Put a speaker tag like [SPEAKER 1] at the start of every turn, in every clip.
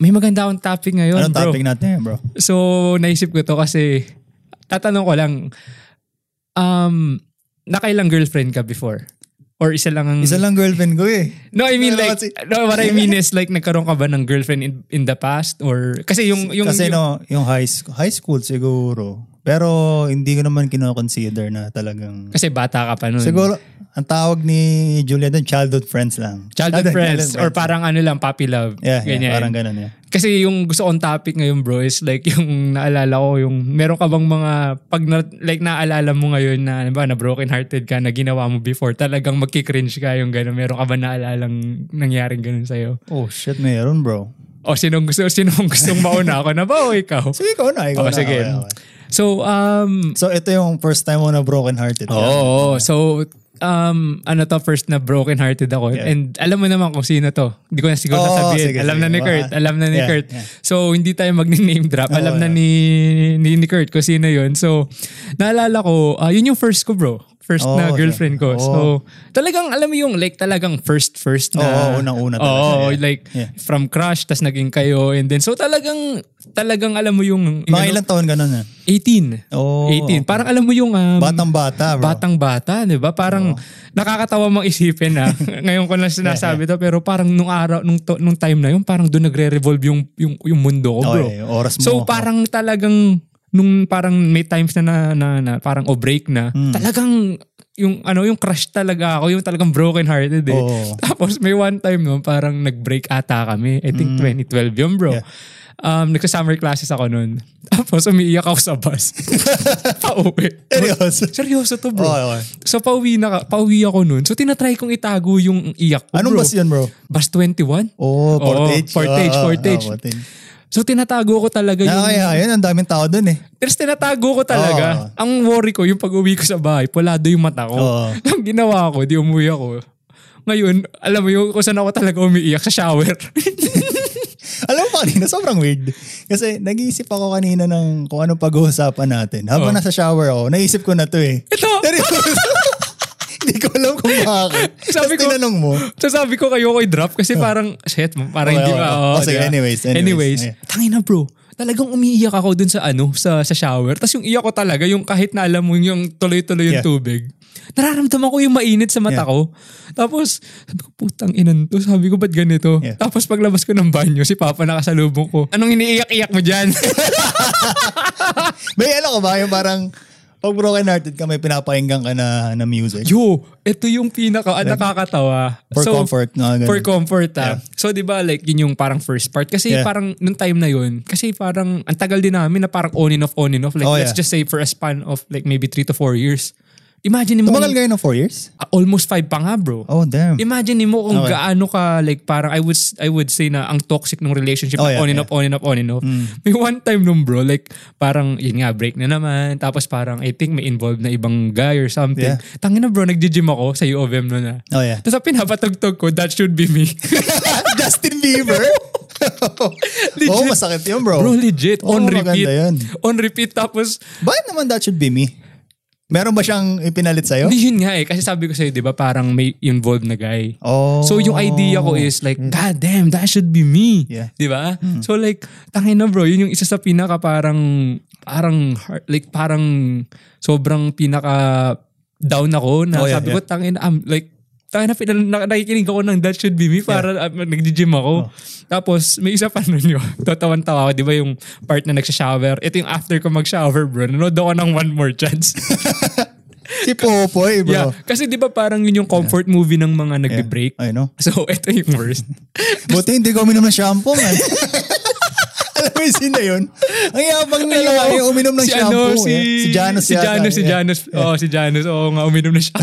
[SPEAKER 1] May maganda akong topic ngayon,
[SPEAKER 2] Anong
[SPEAKER 1] bro.
[SPEAKER 2] Ano topic natin, bro?
[SPEAKER 1] So, naisip ko to kasi tatanong ko lang, um, nakailang girlfriend ka before? Or isa lang ang...
[SPEAKER 2] Isa lang girlfriend ko eh.
[SPEAKER 1] No, I mean
[SPEAKER 2] Ano
[SPEAKER 1] like,
[SPEAKER 2] kasi-
[SPEAKER 1] no, what I mean is like, nagkaroon ka ba ng girlfriend in, in the past? Or, kasi yung... yung
[SPEAKER 2] Kasi
[SPEAKER 1] yung-
[SPEAKER 2] no, yung high school, high school siguro. Pero hindi ko naman kinoconsider na talagang...
[SPEAKER 1] kasi bata ka pa nun.
[SPEAKER 2] Siguro, ang tawag ni Julia doon, childhood friends lang.
[SPEAKER 1] Childhood friends, or parang ano lang, puppy love.
[SPEAKER 2] Yeah, yeah,
[SPEAKER 1] ganyan.
[SPEAKER 2] parang ganun yeah.
[SPEAKER 1] Kasi yung gusto on topic ngayon bro is like yung naalala ko yung meron ka bang mga pag na, like naalala mo ngayon na ano ba na broken hearted ka na ginawa mo before talagang magki-cringe ka yung gano'n. Meron ka ba naalalang nangyaring ganun sa'yo?
[SPEAKER 2] Oh shit, meron bro.
[SPEAKER 1] O sinong gusto sinong gustong mauna ako na ba o ikaw?
[SPEAKER 2] So ikaw na, ikaw
[SPEAKER 1] Oh,
[SPEAKER 2] na.
[SPEAKER 1] sige.
[SPEAKER 2] Okay, okay.
[SPEAKER 1] So um
[SPEAKER 2] So ito yung first time mo na broken hearted.
[SPEAKER 1] Oo. oo. So, um, ano to, first na broken hearted ako.
[SPEAKER 2] Yeah.
[SPEAKER 1] And alam mo naman kung sino to. Hindi ko na siguro
[SPEAKER 2] Oo,
[SPEAKER 1] sasabihin.
[SPEAKER 2] sige,
[SPEAKER 1] alam
[SPEAKER 2] sige.
[SPEAKER 1] na ni
[SPEAKER 2] Baka-
[SPEAKER 1] Kurt. Alam na ni
[SPEAKER 2] Yeah,
[SPEAKER 1] Kurt.
[SPEAKER 2] yeah.
[SPEAKER 1] So, hindi tayo mag-name drop.
[SPEAKER 2] Oo,
[SPEAKER 1] alam na
[SPEAKER 2] yeah.
[SPEAKER 1] ni, ni, ni Kurt kung sino yun. So, naalala ko, ah, yun yung first ko bro. First
[SPEAKER 2] Oo,
[SPEAKER 1] na
[SPEAKER 2] yeah.
[SPEAKER 1] girlfriend ko.
[SPEAKER 2] Oo.
[SPEAKER 1] So, talagang, alam mo yung, like talagang first-first na.
[SPEAKER 2] Oo, unang-una talaga,
[SPEAKER 1] Oo,
[SPEAKER 2] yeah.
[SPEAKER 1] like
[SPEAKER 2] Yeah.
[SPEAKER 1] from crush, tas naging kayo. And then, so talagang, talagang alam mo yung,
[SPEAKER 2] Mga
[SPEAKER 1] ano,
[SPEAKER 2] ilang taon ganun eh. na.
[SPEAKER 1] 18.
[SPEAKER 2] Oo.
[SPEAKER 1] 18. Parang alam mo yung, um,
[SPEAKER 2] Batang bata bro.
[SPEAKER 1] Batang bata, 'di ba? Parang nakakatawa mang isipin na. Ngayon ko na sinasabi to, pero parang nung araw nung to- nung time na 'yon, parang doon nagre-revolve yung yung yung mundo ko,
[SPEAKER 2] Oo,
[SPEAKER 1] bro.
[SPEAKER 2] eh, oras mo.
[SPEAKER 1] So parang talagang nung parang may times na na, na, na parang o break na,
[SPEAKER 2] Hmm.
[SPEAKER 1] talagang yung ano yung crush talaga ako, yung talagang broken hearted eh.
[SPEAKER 2] Oo.
[SPEAKER 1] Tapos may one time no, parang nag-break ata kami. I think 2012 yun bro.
[SPEAKER 2] Hmm. Yeah.
[SPEAKER 1] Um, nagsa-summer classes ako noon. Tapos umiiyak ako sa bus. Pauwi.
[SPEAKER 2] Seryoso? Oh.
[SPEAKER 1] Seryoso to bro.
[SPEAKER 2] Oo, oo.
[SPEAKER 1] So pauwi, na, pauwi ako noon. So tinatry kong itago yung iyak ko
[SPEAKER 2] Anong
[SPEAKER 1] bro.
[SPEAKER 2] bus yun bro?
[SPEAKER 1] Bus 21? Oo,
[SPEAKER 2] Oh, Portage.
[SPEAKER 1] Portage,
[SPEAKER 2] Oo, oo,
[SPEAKER 1] Portage.
[SPEAKER 2] oo, Portage.
[SPEAKER 1] So tinatago ko talaga yung...
[SPEAKER 2] Na Ah, kaya yun, ang daming tao dun eh.
[SPEAKER 1] Tapos tinatago ko talaga. Ang worry ko, yung pag-uwi ko sa bahay, pulado yung mata ko.
[SPEAKER 2] Oo.
[SPEAKER 1] Ang ginawa ko, di umuwi ako. Ngayon, alam mo yung kung saan ako talaga umiiyak sa shower.
[SPEAKER 2] Alam mo kanina, sobrang weird. Kasi nag-iisip ako kanina ng kung anong pag-uusapan natin. Habang
[SPEAKER 1] Oh.
[SPEAKER 2] nasa shower ako, naisip ko na to eh.
[SPEAKER 1] Ito!
[SPEAKER 2] Seryoso. Hindi ko alam kung bakit.
[SPEAKER 1] Sabi
[SPEAKER 2] Sabi
[SPEAKER 1] ko-
[SPEAKER 2] Tapos tinanong mo,
[SPEAKER 1] so sabi ko kayo ko i-drop kasi parang, shit, parang
[SPEAKER 2] Okay,
[SPEAKER 1] hindi ba.
[SPEAKER 2] okay.
[SPEAKER 1] oo,
[SPEAKER 2] Oh, sige,
[SPEAKER 1] diba?
[SPEAKER 2] anyways, anyways. Ayan.
[SPEAKER 1] tangin na bro. Talagang umiiyak ako dun sa ano, sa, sa shower. Tapos yung iyak ko talaga, yung kahit na alam mo yung tuloy-tuloy yung
[SPEAKER 2] Yeah.
[SPEAKER 1] tubig. Nararamdaman ko yung mainit sa mata
[SPEAKER 2] Yeah.
[SPEAKER 1] ko. Tapos, sabi ko, putang inan to. Sabi ko, ba't ganito?
[SPEAKER 2] Yeah.
[SPEAKER 1] Tapos paglabas ko ng banyo, si Papa nakasalubong ko. Anong iniiyak-iyak mo dyan?
[SPEAKER 2] may alam ko ba yung parang pag broken hearted ka, may pinapakinggan ka na, na music.
[SPEAKER 1] Yo, ito yung pinaka ah, nakakatawa.
[SPEAKER 2] For comfort, no, ganun.
[SPEAKER 1] for comfort ah.
[SPEAKER 2] Yeah.
[SPEAKER 1] So 'di ba like yun yung parang first part kasi
[SPEAKER 2] Yeah.
[SPEAKER 1] parang nung time na yun kasi parang ang tagal din namin na parang on and off on and off like
[SPEAKER 2] Oh,
[SPEAKER 1] let's
[SPEAKER 2] yeah.
[SPEAKER 1] just say for a span of like maybe 3 to 4 years. Imagine mo
[SPEAKER 2] Tumagal kayo ng 4 years?
[SPEAKER 1] Ah, almost 5 pa nga bro.
[SPEAKER 2] Oh, damn.
[SPEAKER 1] Imagine mo kung
[SPEAKER 2] Okay.
[SPEAKER 1] gaano ka like parang I would I would say na ang toxic ng relationship
[SPEAKER 2] Oh,
[SPEAKER 1] na
[SPEAKER 2] yeah,
[SPEAKER 1] on and
[SPEAKER 2] yeah. Mm.
[SPEAKER 1] off on and off on and off. May one time nung bro like parang yun nga break na naman tapos parang I think may involved na ibang guy or something.
[SPEAKER 2] Yeah.
[SPEAKER 1] Tangina bro nagji-gym ako sa U of M noon na.
[SPEAKER 2] Oh, yeah.
[SPEAKER 1] Tapos ang pinapatugtog ko that should be me.
[SPEAKER 2] Justin Bieber? Oo, oh, masakit yun, bro.
[SPEAKER 1] bro legit
[SPEAKER 2] Oo,
[SPEAKER 1] on
[SPEAKER 2] maganda
[SPEAKER 1] repeat.
[SPEAKER 2] yun.
[SPEAKER 1] On repeat tapos
[SPEAKER 2] Bakit naman that should be me? Meron ba siyang ipinalit sa'yo?
[SPEAKER 1] Hindi yun nga eh. Kasi sabi ko sa'yo, di ba, parang may involved na guy.
[SPEAKER 2] Oh.
[SPEAKER 1] So yung idea ko is like, God damn, that should be me.
[SPEAKER 2] Mm. Yeah. Mm.
[SPEAKER 1] Di ba? So like, tangin na bro, yun yung isa sa pinaka parang, parang, heart- like parang sobrang pinaka down ako na
[SPEAKER 2] Oh, yeah,
[SPEAKER 1] sabi ko, tangin na, I'm like, tangin na, pinan- na, nakikinig ako ng that should be me para uh, nag-gym
[SPEAKER 2] Oh.
[SPEAKER 1] ako. Tapos may isa pa nun yun. Tatawan-tawa ako, di ba yung part na nagsha-shower. Ito yung after ko mag-shower bro, nanood ako ng One More Chance.
[SPEAKER 2] Si Popoy,
[SPEAKER 1] Yeah,
[SPEAKER 2] bro.
[SPEAKER 1] kasi 'di ba parang yun yung comfort movie ng mga nagbe-break.
[SPEAKER 2] I know.
[SPEAKER 1] So ito yung worst.
[SPEAKER 2] Buti hindi ko uminom ng shampoo, man. Alam mo yung sino yun? Ang yabang na lang
[SPEAKER 1] Ayun,
[SPEAKER 2] Ano yung uminom ng
[SPEAKER 1] si
[SPEAKER 2] shampoo.
[SPEAKER 1] Ano, si,
[SPEAKER 2] eh. si Janus.
[SPEAKER 1] si
[SPEAKER 2] yata,
[SPEAKER 1] Janus, si
[SPEAKER 2] yeah.
[SPEAKER 1] Janus. Oh, si Janus. Oo nga, uminom na siya.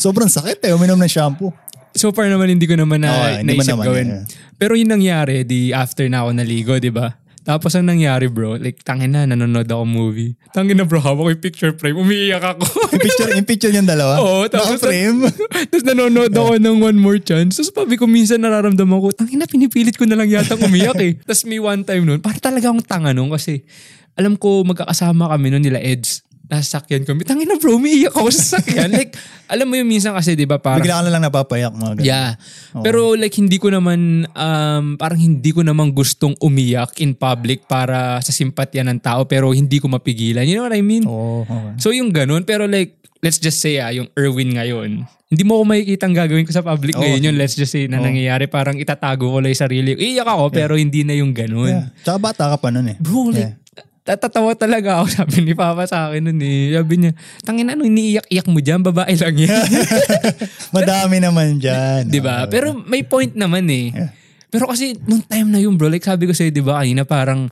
[SPEAKER 2] Sobrang sakit eh, uminom ng shampoo.
[SPEAKER 1] so far naman hindi ko naman na,
[SPEAKER 2] Oo, hindi mo
[SPEAKER 1] naisip
[SPEAKER 2] naman,
[SPEAKER 1] gawin.
[SPEAKER 2] yeah.
[SPEAKER 1] Pero yung nangyari, di after na ako naligo, 'di ba? Tapos ang nangyari bro, like tangin na, nanonood ako movie. Tangin na bro, hawak ko yung picture frame, umiiyak ako.
[SPEAKER 2] Yung picture, yung picture yung dalawa.
[SPEAKER 1] Oo, tapos-
[SPEAKER 2] frame.
[SPEAKER 1] Tapos nanonood ako ng One More Chance. Tapos pabi ko minsan nararamdaman ko, tangina, pinipilit ko na lang yata umiyak eh. Tapos may one time nun, para talaga akong tanga nun kasi alam ko magkakasama kami nun nila Eds. nasa sakyan kami. Tangina bro, umiiyak ako sa sakyan. like, alam mo yung minsan kasi, di ba, parang
[SPEAKER 2] Bigla ka na lang napapayak mga ganun.
[SPEAKER 1] Yeah.
[SPEAKER 2] Oo.
[SPEAKER 1] Pero like hindi ko naman um parang hindi ko naman gustong umiyak in public para sa simpatya ng tao pero hindi ko mapigilan. You know what I mean?
[SPEAKER 2] Oo, okay.
[SPEAKER 1] So yung ganun pero like let's just say ah yung Erwin ngayon. Hindi mo ko makikita ang gagawin ko sa public
[SPEAKER 2] Oo.
[SPEAKER 1] ngayon yun. Let's just say na nangyayari parang itatago ko lang yung sarili. ko. Iiyak ako pero hindi na yung ganun.
[SPEAKER 2] Yeah. Tsaka bata ka pa nun eh.
[SPEAKER 1] Bro, like, tatatawa talaga ako. Sabi ni Papa sa akin nun eh. Sabi niya, tangin ano, iniiyak-iyak mo dyan, babae lang yan.
[SPEAKER 2] Madami naman dyan.
[SPEAKER 1] Di ba?
[SPEAKER 2] Oo.
[SPEAKER 1] Pero may point naman eh.
[SPEAKER 2] Ah. Yeah.
[SPEAKER 1] Pero kasi nung time na yun bro, like sabi ko sa'yo, di ba kanina parang,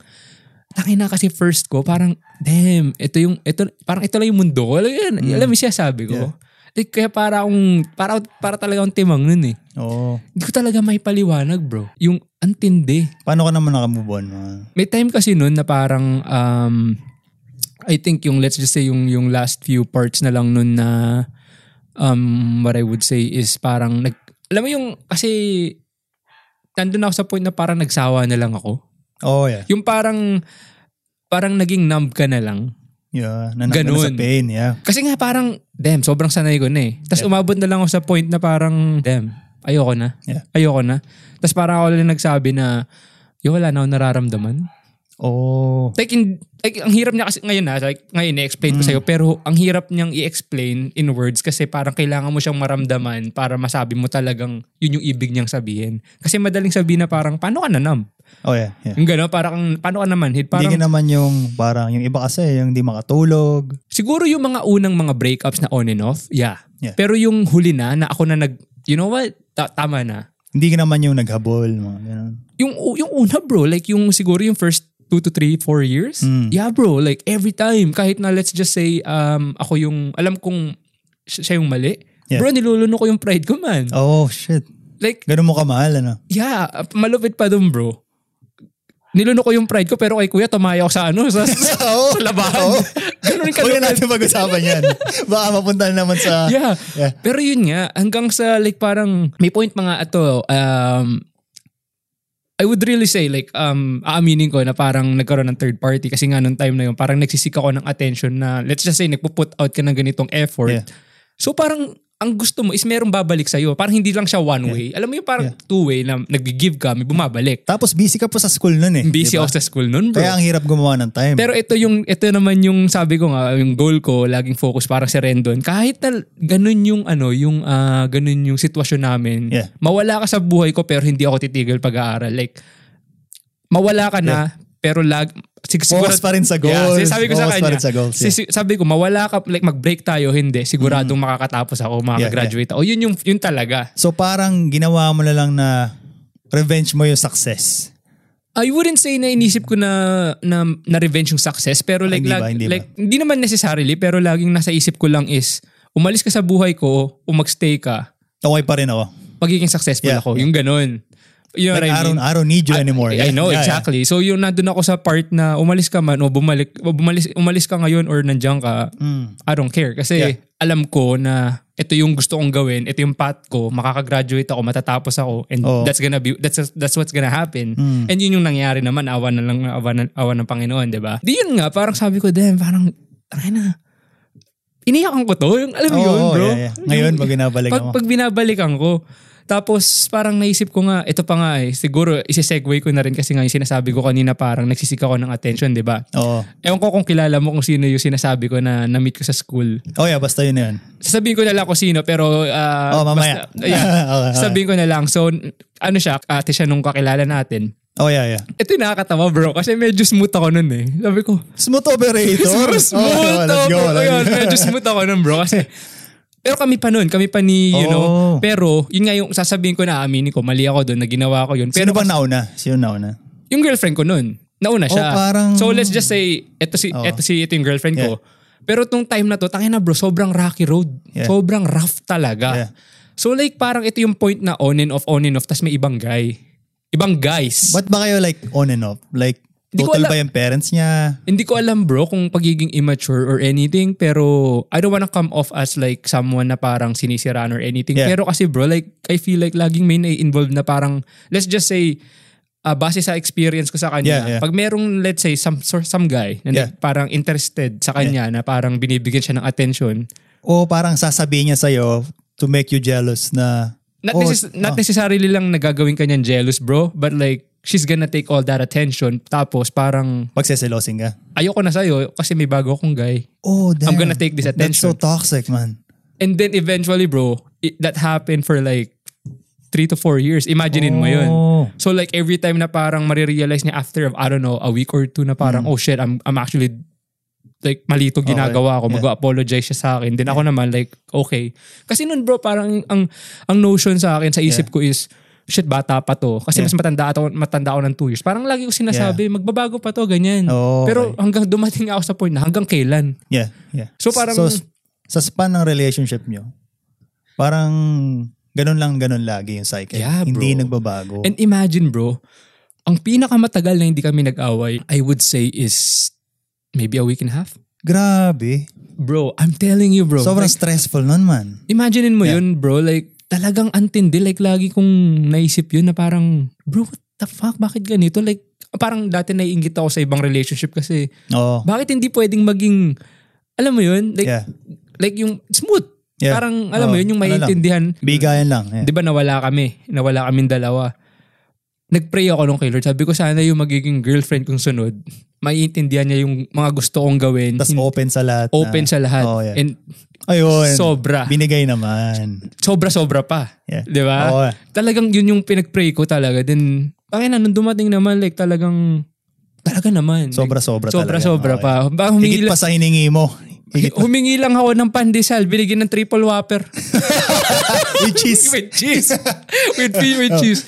[SPEAKER 1] tangin na kasi first ko, parang, damn, ito yung, ito, parang ito lang yung mundo ko. Alam, mo yun, alam mo siya sabi ko. Like, kaya para akong, para, para talaga akong timang nun eh.
[SPEAKER 2] Oo.
[SPEAKER 1] Hindi ko talaga may paliwanag bro. Yung antindi.
[SPEAKER 2] Paano ka naman nakamove on? mga-
[SPEAKER 1] May time kasi nun na parang, um, I think yung, let's just say, yung, yung last few parts na lang nun na, um, what I would say is parang, nag, alam mo yung, kasi, nandun ako sa point na parang nagsawa na lang ako.
[SPEAKER 2] Oo, oh, yeah.
[SPEAKER 1] Yung parang, parang naging numb ka na lang.
[SPEAKER 2] Yeah. Nanakbo na
[SPEAKER 1] Ganun.
[SPEAKER 2] sa pain, yeah.
[SPEAKER 1] Kasi nga parang, damn, sobrang sanay ko na eh. Tapos umabot na lang ako sa point na parang, damn, ayoko na.
[SPEAKER 2] Yeah.
[SPEAKER 1] Ayoko na. Tapos parang ako lang nagsabi na, yung wala na ako nararamdaman.
[SPEAKER 2] Oo.
[SPEAKER 1] like, in, like ang hirap niya kasi ngayon ha, like ngayon i-explain
[SPEAKER 2] Mm.
[SPEAKER 1] ko sa'yo, pero ang hirap niyang i-explain in words kasi parang kailangan mo siyang maramdaman para masabi mo talagang yun yung ibig niyang sabihin. Kasi madaling sabihin na parang, paano ka nanam?
[SPEAKER 2] Oh, yeah. yeah.
[SPEAKER 1] Yung gano'n, parang, paano ka naman? Hit? Parang,
[SPEAKER 2] Hindi ka naman yung parang yung iba kasi yung hindi makatulog.
[SPEAKER 1] siguro yung mga unang mga breakups na on and off, yeah.
[SPEAKER 2] Yeah.
[SPEAKER 1] Pero yung huli na, na ako na nag, you know what, Ta- tama na.
[SPEAKER 2] Hindi ka naman yung naghabol. Mga ganun.
[SPEAKER 1] Yung, yung una bro, like yung siguro yung first two to three, four years.
[SPEAKER 2] Mm.
[SPEAKER 1] Yeah bro, like every time, kahit na let's just say, um, ako yung, alam kong si- siya yung mali.
[SPEAKER 2] Yeah.
[SPEAKER 1] Bro, niluluno ko yung pride ko man.
[SPEAKER 2] Oh, shit.
[SPEAKER 1] Like,
[SPEAKER 2] Ganun mo kamahal, ano?
[SPEAKER 1] yeah, malupit pa dun bro. Niluno ko yung pride ko pero kay kuya tumaya ako sa ano, sa, sa
[SPEAKER 2] Oo.
[SPEAKER 1] labahan. Ganun
[SPEAKER 2] Huwag na
[SPEAKER 1] kalupit.
[SPEAKER 2] natin pag-usapan yan. Baka mapunta na naman sa...
[SPEAKER 1] yeah.
[SPEAKER 2] Ah, Yeah.
[SPEAKER 1] Pero yun nga, hanggang sa like parang may point mga ato um I would really say like um aaminin ko na parang nagkaroon ng third party kasi nga nung time na yun parang nagsisik ako ng attention na let's just say nagpo-put out ka ng ganitong effort.
[SPEAKER 2] Yeah.
[SPEAKER 1] So parang ang gusto mo is merong babalik sa'yo. Parang hindi lang siya one way. Alam mo yung parang two way na nag-give ka, may bumabalik.
[SPEAKER 2] Tapos busy ka po sa school nun eh.
[SPEAKER 1] Busy ako
[SPEAKER 2] diba?
[SPEAKER 1] sa school nun bro.
[SPEAKER 2] Kaya ang hirap gumawa ng time.
[SPEAKER 1] Pero ito yung ito naman yung sabi ko nga yung goal ko laging focus parang si Rendon. Kahit na ganun yung ano yung ah, ganun yung sitwasyon namin.
[SPEAKER 2] Yeah.
[SPEAKER 1] Mawala ka sa buhay ko pero hindi ako titigil pag-aaral. Like mawala ka na pero lag sig- siguro-
[SPEAKER 2] Focus pa rin sa
[SPEAKER 1] Yeah,
[SPEAKER 2] goals.
[SPEAKER 1] sabi ko sa
[SPEAKER 2] Focus pa
[SPEAKER 1] kanya.
[SPEAKER 2] rin sa goals, yeah. Mm.
[SPEAKER 1] sisi- sabi ko mawala ka like mag-break tayo hindi siguradong makakatapos ako makakagraduate. ako. O yun yung yun talaga.
[SPEAKER 2] so parang ginawa mo na lang na revenge mo yung success.
[SPEAKER 1] I wouldn't say na inisip ko na na, na revenge yung success pero like
[SPEAKER 2] Hindi ba,
[SPEAKER 1] lag-
[SPEAKER 2] hindi ba?
[SPEAKER 1] like hindi naman necessarily pero laging nasa isip ko lang is umalis ka sa buhay ko o magstay ka
[SPEAKER 2] Okay pa rin ako.
[SPEAKER 1] magiging successful
[SPEAKER 2] Yeah.
[SPEAKER 1] ako yung ganun. You know what I
[SPEAKER 2] Like, I,
[SPEAKER 1] mean?
[SPEAKER 2] don't, I don't need you anymore.
[SPEAKER 1] I
[SPEAKER 2] Yeah,
[SPEAKER 1] know,
[SPEAKER 2] yeah, yeah.
[SPEAKER 1] exactly. So yung nandun ako sa part na umalis ka man o bumalik, o bumalis, umalis ka ngayon or nandiyan ka,
[SPEAKER 2] Mm.
[SPEAKER 1] I don't care. Kasi
[SPEAKER 2] Yeah.
[SPEAKER 1] alam ko na ito yung gusto kong gawin, ito yung path ko, makakagraduate ako, matatapos ako, and
[SPEAKER 2] Oo.
[SPEAKER 1] that's gonna be, that's, that's what's gonna happen.
[SPEAKER 2] Hmm.
[SPEAKER 1] And yun yung nangyari naman, awa na lang, awa, na, awa ng Panginoon, di ba? Di yun nga, parang sabi ko, damn, parang, tangay na, iniyakan ko to, yung, alam mo
[SPEAKER 2] Oo,
[SPEAKER 1] Ano yun,
[SPEAKER 2] oo,
[SPEAKER 1] bro?
[SPEAKER 2] yeah, yeah. Ngayon,
[SPEAKER 1] Yung-
[SPEAKER 2] pag binabalik
[SPEAKER 1] pag,
[SPEAKER 2] mo.
[SPEAKER 1] pag binabalikan ko, tapos parang naisip ko nga, ito pa nga eh, siguro isisegue ko na rin kasi nga yung sinasabi ko kanina parang nagsisik ako ng attention, di ba?
[SPEAKER 2] Oo.
[SPEAKER 1] Ewan ko kung kilala mo kung sino yung sinasabi ko na na-meet ko sa school.
[SPEAKER 2] Oh yeah, basta yun na yun.
[SPEAKER 1] Sasabihin ko na lang kung sino pero... ah,
[SPEAKER 2] Oh, mamaya.
[SPEAKER 1] Basta, yeah.
[SPEAKER 2] Okay, okay.
[SPEAKER 1] Sasabihin ko na lang. So, n- ano siya, ate siya nung kakilala natin.
[SPEAKER 2] Oh yeah, yeah.
[SPEAKER 1] Ito yung nakakatawa bro kasi medyo smooth ako nun eh. Sabi ko,
[SPEAKER 2] Smooth operator.
[SPEAKER 1] Super smooth. Oh,
[SPEAKER 2] Oh, yeah, Oh, let's go. let's
[SPEAKER 1] Ayun,
[SPEAKER 2] go.
[SPEAKER 1] medyo smooth ako nun bro. Kasi, pero kami pa nun. Kami pa ni, you
[SPEAKER 2] Oo.
[SPEAKER 1] know. Pero, yun nga yung sasabihin ko na, aminin ko, mali ako dun, na ginawa ko yun.
[SPEAKER 2] Sino
[SPEAKER 1] Pero
[SPEAKER 2] bang nauna? Sino nauna?
[SPEAKER 1] yung girlfriend ko nun, nauna siya.
[SPEAKER 2] Oh, parang- Oh.
[SPEAKER 1] So let's just say, eto si,
[SPEAKER 2] Oo.
[SPEAKER 1] eto si, ito yung girlfriend ko. Pero tong time na to, tangin na bro, sobrang rocky road.
[SPEAKER 2] Yeah.
[SPEAKER 1] Sobrang rough talaga.
[SPEAKER 2] Yeah.
[SPEAKER 1] So like parang ito yung point na on and off, on and off, tas may ibang guy. Ibang guys.
[SPEAKER 2] Ba't ba kayo like on and off? Like,
[SPEAKER 1] Hindi ko
[SPEAKER 2] total
[SPEAKER 1] alam.
[SPEAKER 2] ba yung parents niya?
[SPEAKER 1] Hindi ko alam bro kung pagiging immature or anything pero I don't wanna come off as like someone na parang sinisiraan or anything.
[SPEAKER 2] Yeah.
[SPEAKER 1] Pero kasi bro like I feel like laging may nai-involve na parang let's just say ah, base sa experience ko sa kanya,
[SPEAKER 2] Yeah, yeah.
[SPEAKER 1] pag merong let's say some sor- some guy na
[SPEAKER 2] Yeah.
[SPEAKER 1] parang interested sa kanya na parang binibigyan siya ng attention,
[SPEAKER 2] O parang sasabihin niya sa'yo to make you jealous na...
[SPEAKER 1] not,
[SPEAKER 2] oh,
[SPEAKER 1] necess- not
[SPEAKER 2] ah,
[SPEAKER 1] necessarily lang nagagawin kanyang jealous bro, but like she's gonna take all that attention tapos parang
[SPEAKER 2] magseselosin ka.
[SPEAKER 1] ayoko na sa'yo kasi may bago akong guy.
[SPEAKER 2] Oh, damn.
[SPEAKER 1] gonna take this
[SPEAKER 2] That's
[SPEAKER 1] attention.
[SPEAKER 2] so toxic, man.
[SPEAKER 1] And then eventually bro, it, that happened for like three to four years. Imaginein mo yun.
[SPEAKER 2] Oh.
[SPEAKER 1] So like every time na parang marirealize niya after I don't know a week or two na parang oh shit I'm I'm actually like mali to ginagawa ko
[SPEAKER 2] Hmm. Okay. Yeah.
[SPEAKER 1] mag-apologize siya sa akin then ako naman like okay kasi nun bro parang ang ang notion sa akin sa isip ko is shit bata pa to kasi mas matanda ako matanda ako ng 2 years parang lagi ko sinasabi magbabago pa to ganyan
[SPEAKER 2] Oh,
[SPEAKER 1] pero hanggang dumating ako sa point na hanggang kailan
[SPEAKER 2] Yeah, yeah.
[SPEAKER 1] So, parang-
[SPEAKER 2] So, s- sa span ng relationship nyo, parang ganun lang ganun lagi yung cycle.
[SPEAKER 1] Yeah, bro.
[SPEAKER 2] Hindi nagbabago.
[SPEAKER 1] and imagine bro ang pinakamatagal na hindi kami nag-away I would say is maybe a week and a half
[SPEAKER 2] Grabe.
[SPEAKER 1] Bro, I'm telling you bro.
[SPEAKER 2] Sobrang
[SPEAKER 1] like,
[SPEAKER 2] stressful nun, man.
[SPEAKER 1] imaginein mo
[SPEAKER 2] Yeah.
[SPEAKER 1] yun bro, like talagang antindi. Like lagi kong naisip yun na parang, bro what the fuck, bakit ganito? Like parang dati naiingit ako sa ibang relationship kasi
[SPEAKER 2] Oo.
[SPEAKER 1] bakit hindi pwedeng maging, alam mo yun? Like,
[SPEAKER 2] Oh, yeah.
[SPEAKER 1] like yung smooth.
[SPEAKER 2] Yeah.
[SPEAKER 1] Parang alam mo
[SPEAKER 2] Oo,
[SPEAKER 1] yun, yung
[SPEAKER 2] ano lang.
[SPEAKER 1] maiintindihan.
[SPEAKER 2] Bigayan lang.
[SPEAKER 1] Di
[SPEAKER 2] Yeah.
[SPEAKER 1] ba nawala kami? Nawala kaming dalawa. Nagpray ako nung kay Lord. Sabi ko sana yung magiging girlfriend kong sunod, maiintindihan niya yung mga gusto kong gawin.
[SPEAKER 2] Tapos
[SPEAKER 1] Hin-
[SPEAKER 2] open sa lahat. na-
[SPEAKER 1] Mm-hmm. open sa lahat.
[SPEAKER 2] Oo, yeah. Oh,
[SPEAKER 1] And
[SPEAKER 2] Ayun.
[SPEAKER 1] sobra.
[SPEAKER 2] Binigay naman.
[SPEAKER 1] sobra-sobra pa.
[SPEAKER 2] Yeah. Oh.
[SPEAKER 1] Di ba?
[SPEAKER 2] Oo.
[SPEAKER 1] Talagang yun yung pinag-pray ko talaga. Then, pangina, nung dumating naman, like talagang, talaga naman.
[SPEAKER 2] Sobra-sobra talaga.
[SPEAKER 1] Sobra-sobra pa.
[SPEAKER 2] Okay.
[SPEAKER 1] Ba, humingi,
[SPEAKER 2] Higit
[SPEAKER 1] lang,
[SPEAKER 2] pa sa hiningi mo. Eh, Higit pa.
[SPEAKER 1] humingi lang ako ng pandesal. Binigyan ng triple whopper.
[SPEAKER 2] Which is,
[SPEAKER 1] with cheese. with, with cheese.